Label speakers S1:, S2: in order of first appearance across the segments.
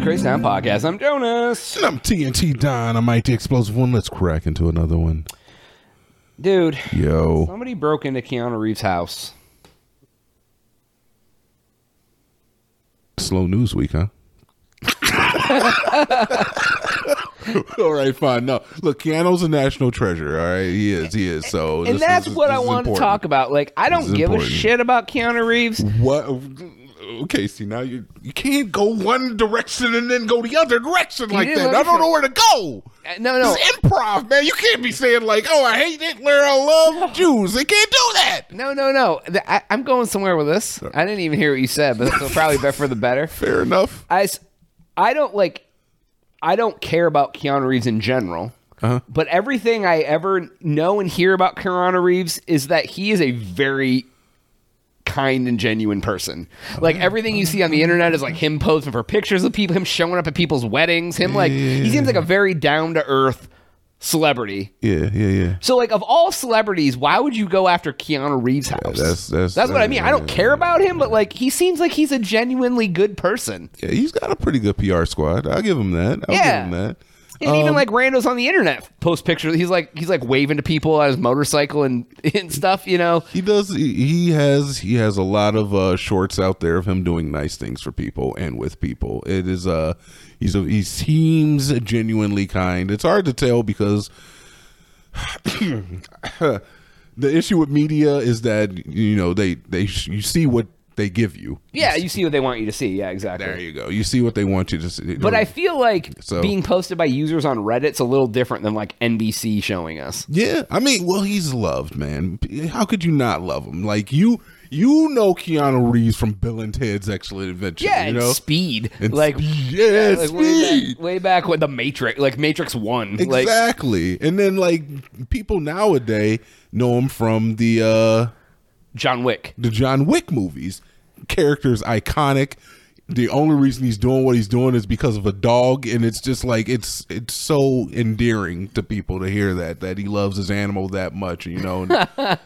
S1: Space Time Podcast. I'm Jonas.
S2: And I'm TNT Don. I'm IT Explosive One. Let's crack into another one.
S1: Dude,
S2: Yo.
S1: somebody broke into Keanu Reeves' house.
S2: Slow news week, huh? all right, fine. No, look, Keanu's a national treasure. All right, he is. He is. So,
S1: And
S2: this
S1: that's
S2: is-
S1: what
S2: this
S1: I
S2: is
S1: want to
S2: important.
S1: talk about. Like, I
S2: This
S1: don't
S2: is
S1: give a
S2: important.
S1: shit about Keanu Reeves.
S2: What? Okay, see now you you can't go one direction and then go the other direction like
S1: didn't
S2: that.
S1: look
S2: I
S1: at
S2: don't
S1: the-
S2: know where to go.
S1: Uh, No, no,
S2: It's improv, man. You can't be saying like, "Oh, I hate Hitler. I love Jews." They can't do that.
S1: no, no, no. The- I, I'm going somewhere with this. I didn't even hear what you said, but it's probably better for the better.
S2: Fair enough.
S1: I, s- I don't like, I don't care about Keanu Reeves in general.
S2: Uh-huh.
S1: But everything I ever know and hear about Keanu Reeves is that he is a very kind and genuine person. Like everything you see on the internet is like him posing for pictures of people, him showing up at people's weddings, him like he seems like a very down to earth celebrity.
S2: Yeah, yeah, yeah.
S1: So like of all celebrities, why would you go after Keanu Reeves' house?
S2: that's- that's- uh,
S1: what I mean. I don't
S2: yeah.
S1: care about him, but like he seems like he's a genuinely good person.
S2: Yeah, he's got a pretty good PR squad. I'll give him that. I'll
S1: Yeah.
S2: give him that.
S1: And
S2: Um,
S1: even like randos on the internet post pictures. He's like he's like waving to people on his motorcycle and, and stuff, you know.
S2: He does. He he has. He has a lot of uh, shorts out there of him doing nice things for people and with people. It is. Uh, he's. A, he seems genuinely kind. It's hard to tell because the issue with media is that you know they they you see what they give you.
S1: Yeah, you see what they want you to see. Yeah, exactly.
S2: There you go. You see what they want you to see.
S1: But I feel like
S2: So-
S1: being posted by users on Reddit's a little different than like NBC showing us.
S2: Yeah, I mean, well, he's loved, man. How could you not love him? Like you, you know Keanu Reeves from Bill and Ted's Excellent Adventure.
S1: Yeah,
S2: you
S1: and
S2: know,
S1: speed.
S2: And
S1: like
S2: Speed. yeah,
S1: like, Way,
S2: speed.
S1: back, way back when the Matrix, like Matrix One, like
S2: exactly. and then like people nowadays know him from the uh
S1: John Wick.
S2: the John Wick movies. Character's iconic. The only reason he's doing what he's doing is because of a dog, and it's just like it's it's so endearing to people to hear that that he loves his animal that much, you know, and,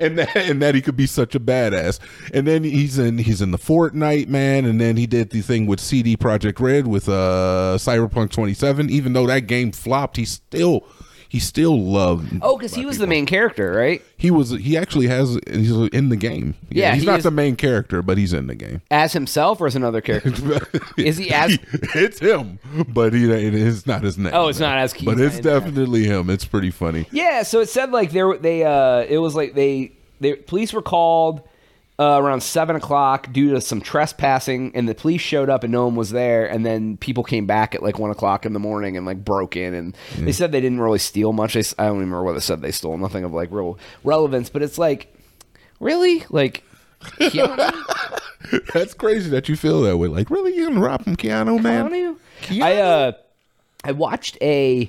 S2: and that and that he could be such a badass. And then he's in he's in the Fortnite man, and then he did the thing with CD Project Red with uh Cyberpunk twenty seven. Even though that game flopped, he still he still loved.
S1: Oh, because he was the main character, right?
S2: He was. He actually has. He's in the game. Yeah,
S1: Yeah,
S2: he's
S1: he
S2: not
S1: is-
S2: the main character, but he's in the game.
S1: As himself or as another character? Is he as-
S2: it's him, but he it is not his name.
S1: Oh, it's not as- he's
S2: But
S1: not
S2: it's
S1: in there.
S2: definitely him. It's pretty funny.
S1: Yeah, so it said like there they uh it was like they they police were called uh, around seven o'clock due to some trespassing, and the police showed up and no one was there, and then people came back at like one o'clock in the morning and like broke in, and they said they didn't really steal much. They, s- I don't even remember what they said they stole, nothing of like real relevance, but it's like really like. Keanu?
S2: That's crazy that you feel that way. Like, really, you gonna rob from Keanu, man?
S1: Keanu?
S2: Keanu?
S1: I uh, I watched a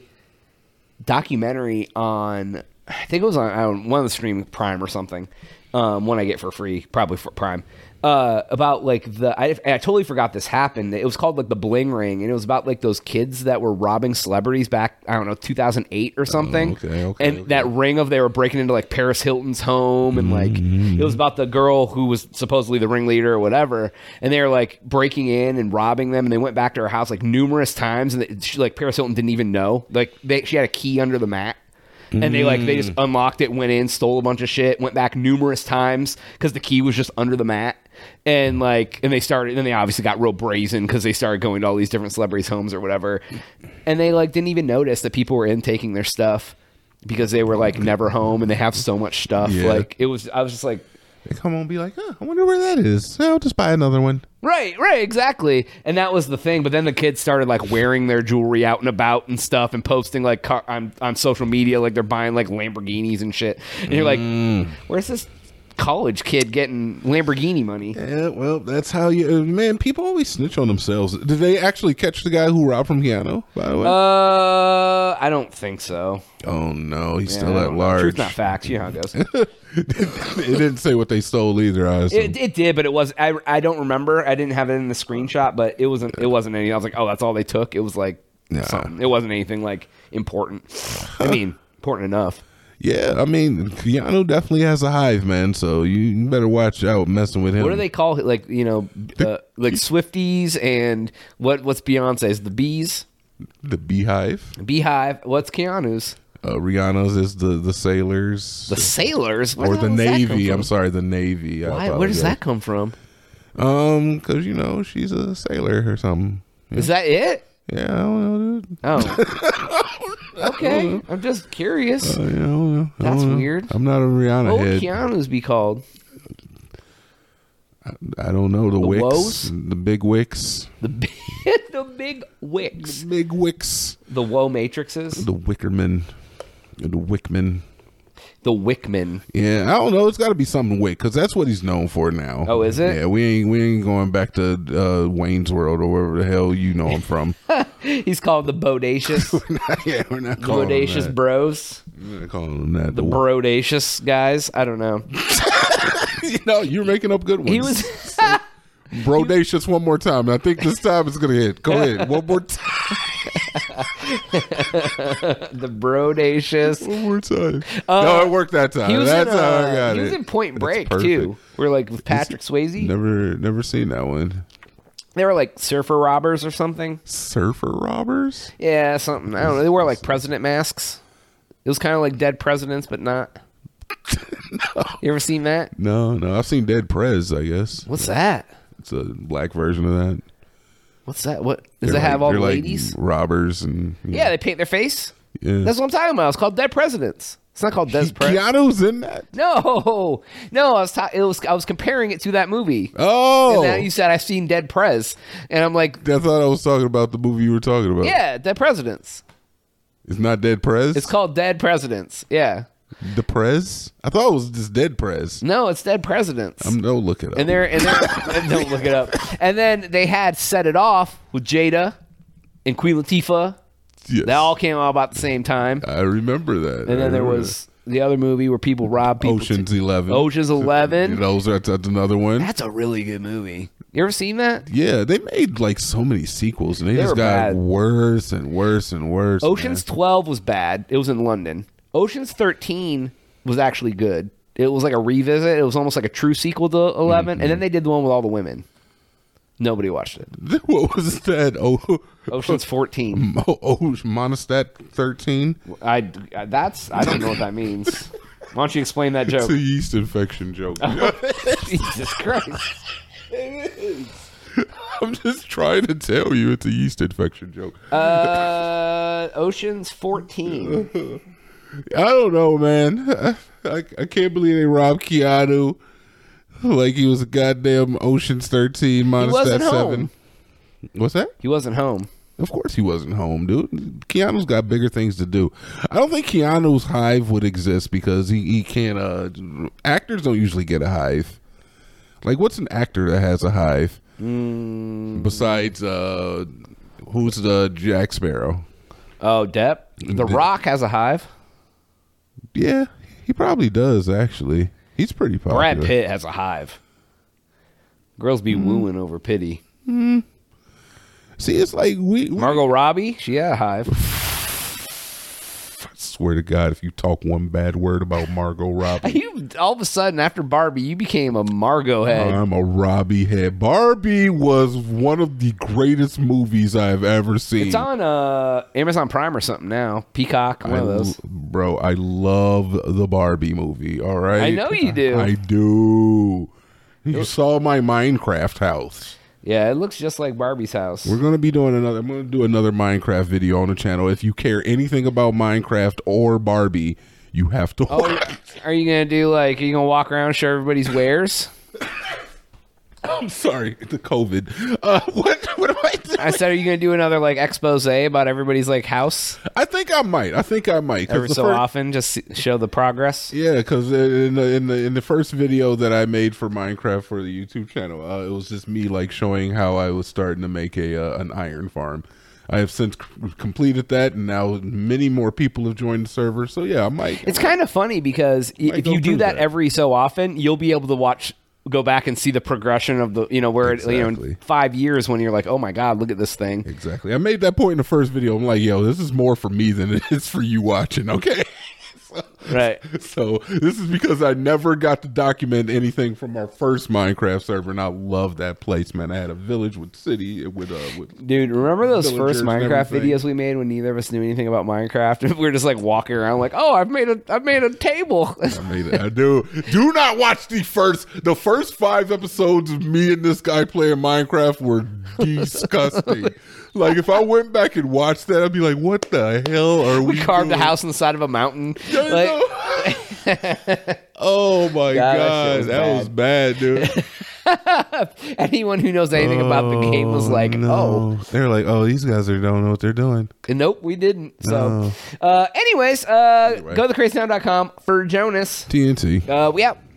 S1: documentary on I think it was on, on one of the stream Prime or something. Um, one I get for free, probably for Prime. Uh, about like the I, I totally forgot this happened. It was called like the Bling Ring, and it was about like those kids that were robbing celebrities back I don't know 2008 or something.
S2: Oh, okay, okay,
S1: and
S2: okay.
S1: that ring of they were breaking into like Paris Hilton's home and like it was about the girl who was supposedly the ringleader or whatever and they were like breaking in and robbing them and they went back to her house like numerous times and they, she, like Paris Hilton didn't even know like they she had a key under the mat and they like they just unlocked it went in stole a bunch of shit went back numerous times because the key was just under the mat and like and they started then they obviously got real brazen because they started going to all these different celebrities homes or whatever and they like didn't even notice that people were in taking their stuff because they were like never home and they have so much stuff.
S2: Yeah.
S1: Like it was, I was just like,
S2: They come on, and be like, huh, I wonder where that is. Yeah, I'll just buy another one.
S1: right, right, exactly. And that was the thing. But then the kids started like wearing their jewelry out and about and stuff and posting like car- on on social media, like they're buying like Lamborghinis and shit. And you're like,
S2: Mm.
S1: where's this college kid getting Lamborghini money?
S2: Yeah, well, that's how you. uh, Man, people always snitch on themselves. Did they actually catch the guy who robbed from Keanu? By the way,
S1: Uh, I don't think so.
S2: oh no, he's
S1: I
S2: still
S1: don't
S2: at
S1: know.
S2: large.
S1: Truth not facts. You know how it goes.
S2: it didn't say what they stole either. I assume.
S1: It, it did, but it was I, I don't remember. I didn't have it in the screenshot, but it wasn't it wasn't any. I was like, oh, that's all they took. It was like
S2: Yeah.
S1: something. It wasn't anything like important. I mean, important enough.
S2: Yeah, I mean, Keanu definitely has a hive, man. So you you better watch out messing with him.
S1: What do they call it? Like you know, uh, like Swifties and what? What's Beyonce's? The bees,
S2: The beehive.
S1: beehive. What's Keanu's?
S2: Uh, Rihanna's is the the sailors
S1: The sailors Where
S2: or the
S1: hell does that come
S2: navy.
S1: from?
S2: I'm sorry, the navy. I
S1: Why, where does
S2: apologize.
S1: that come from?
S2: Um, because you know she's a sailor or something.
S1: Is that it?
S2: Yeah, I don't know. dude.
S1: Oh, okay. I'm just curious.
S2: Uh-huh. Uh, yeah, I don't know. I
S1: That's
S2: don't know.
S1: weird. Oh,
S2: I'm not a Rihanna
S1: What
S2: head.
S1: would Keanu's be called?
S2: I don't know the, wicks,
S1: woes?
S2: the big wicks,
S1: The big, the big wicks,
S2: big wicks,
S1: the woe matrixes,
S2: the wickerman, the wickman.
S1: the Wickman.
S2: Yeah, I don't know. It's got to be something wick because that's what he's known for now.
S1: Oh, is it?
S2: Yeah, we ain't we ain't going back to uh, Wayne's World or wherever the hell you know him from.
S1: He's called the Bodacious,
S2: yeah, we're not calling him
S1: Bodacious
S2: that.
S1: Bros,
S2: We're not calling him that.
S1: the Brodacious guys. I don't know.
S2: you know, you're making up good ones.
S1: He was.
S2: Brodacious one more time. I think this time it's gonna hit. Go ahead, one more time.
S1: the Brodacious.
S2: One more time. no, it worked that time.
S1: Uh, He was,
S2: That's
S1: in,
S2: how
S1: uh,
S2: I got
S1: he
S2: it.
S1: was in Point
S2: That's
S1: Break
S2: perfect.
S1: too. We're like with Patrick Swayze.
S2: Never, never seen that one.
S1: They were like surfer robbers or something.
S2: Surfer robbers.
S1: Yeah, something. I don't know. They wore like president masks. It was kind of like dead presidents, but not. You ever seen that?
S2: No, no. I've seen Dead Prez. I guess
S1: What's that?
S2: it's a black version of that.
S1: What's that? What does
S2: They're
S1: it have
S2: like-
S1: all
S2: they're
S1: the
S2: like
S1: ladies?
S2: robbers and
S1: yeah, they paint their face.
S2: yeah.
S1: That's what I'm talking about. It's called Dead Presidents. It's not called Dead Presidents.
S2: Keanu's in that.
S1: No, no. I was ta- it was I was comparing it to that movie.
S2: Oh,
S1: And now you said I've seen Dead Prez, and I'm like,
S2: I thought I was talking about the movie you were talking about.
S1: yeah, Dead Presidents.
S2: it's not Dead Prez.
S1: It's called Dead Presidents. Yeah.
S2: the Prez. I thought it was just Dead Prez.
S1: No, it's Dead Presidents.
S2: I'm no look it up.
S1: Mm-hmm. and they're and they're don't look it up. And then they had set it off with Jada and Queen Latifah.
S2: Yes.
S1: That all came out about the same time.
S2: I remember that.
S1: And then there was the other movie where people robbed people.
S2: Ocean's Eleven.
S1: Ocean's Eleven.
S2: Those are, that's another one.
S1: That's a really good movie. You ever seen that?
S2: yeah, they made like so many sequels, and they, just
S1: were
S2: got
S1: bad.
S2: worse and worse and worse.
S1: Ocean's
S2: man.
S1: 12 was bad. It was in London. Ocean's 13 was actually good. It was like a revisit. It was almost like a true sequel to 11. And then they did the one with all the women. Nobody watched it.
S2: What was that? Oh,
S1: Ocean's 14.
S2: oh, oh Monostat thirteen.
S1: I I- that's I don't know what that means. Why don't you explain that
S2: It's a
S1: joke?
S2: yeast infection joke.
S1: Jesus Christ!
S2: I'm just trying to tell you it's a yeast infection joke.
S1: Uh, Ocean's fourteen.
S2: I don't know, man. I, I, I can't believe they robbed Keanu like he was a goddamn Ocean's 13 minus
S1: wasn't
S2: that 7.
S1: home.
S2: What's that?
S1: He wasn't home.
S2: Of course he wasn't home, dude. Keanu's got bigger things to do. I don't think Keanu's hive would exist because he, he can't uh actors don't usually get a hive. Like what's an actor that has a hive?
S1: Mm.
S2: Besides uh who's the Jack Sparrow?
S1: Oh, Depp. The Rock has a hive.
S2: Yeah, he probably does actually. He's pretty popular.
S1: Brad Pitt has a hive. Girls be wooing over pity.
S2: See, it's like we, we-
S1: Margot Robbie, she had a hive.
S2: I swear to God, if you talk one bad word about Margot Robbie,
S1: You all of a sudden after Barbie, you became a Margot head.
S2: I'm a Robbie head. Barbie was one of the greatest movies I've ever seen.
S1: it's on uh Amazon Prime or something now. Peacock, one
S2: I
S1: of
S2: l-
S1: those.
S2: bro, I love the Barbie movie. All right,
S1: I know you do.
S2: I do. You saw my Minecraft house.
S1: Yeah, it looks just like Barbie's house.
S2: We're gonna be doing another. I'm gonna do another Minecraft video on the channel. If you care anything about Minecraft or Barbie, you have to.
S1: Oh, yeah. are you gonna do like? Are you gonna walk around and show everybody's wares?
S2: I'm sorry, the COVID. Uh, what? What am I doing?
S1: I said, are you gonna do another like expose about everybody's like house
S2: I think I might. I think I might. 'Cause
S1: every
S2: the
S1: so
S2: fir-
S1: often? Just s- show the progress.
S2: Yeah, because in the, in the in the first video that I made for Minecraft for the YouTube channel, uh, it was just me like showing how I was starting to make a uh, an iron farm. I have since c- completed that, and now many more people have joined the server. So yeah, I might.
S1: It's kind of funny because i-
S2: Might
S1: if
S2: go
S1: you do
S2: through
S1: that,
S2: that.
S1: every so often, you'll be able to watch, go back and see the progression of the, you know, where it, you know,
S2: Exactly.
S1: in five years when you're like, oh my god, look at this thing.
S2: exactly. I made that point in the first video. I'm like, yo, this is more for me than it is for you watching. Okay. So,
S1: Right.
S2: So this is because I never got to document anything from our first Minecraft server, and I love that place, man. I had a village with city with uh with
S1: Dude, remember those
S2: Villagers
S1: first
S2: and
S1: Minecraft
S2: everything.
S1: videos we made when neither of us knew anything about Minecraft? And we were just like walking around like, oh, I've made a I've made a table.
S2: I made it. I do. Do not watch the first the first five episodes of me and this guy playing Minecraft were disgusting. like if I went back and watched that, I'd be like, what the hell are we,
S1: we carved a
S2: doing?
S1: house on the side of a mountain.
S2: I
S1: Like,
S2: know. oh my god,
S1: God, that shit was
S2: that was bad, dude.
S1: anyone who knows anything about the game was like, oh,
S2: they're like, oh, these guys are don't know what they're doing.
S1: nope, we didn't. So, uh, anyways, uh, go to thecrazytown.com for Jonas.
S2: TNT.
S1: Uh, we out.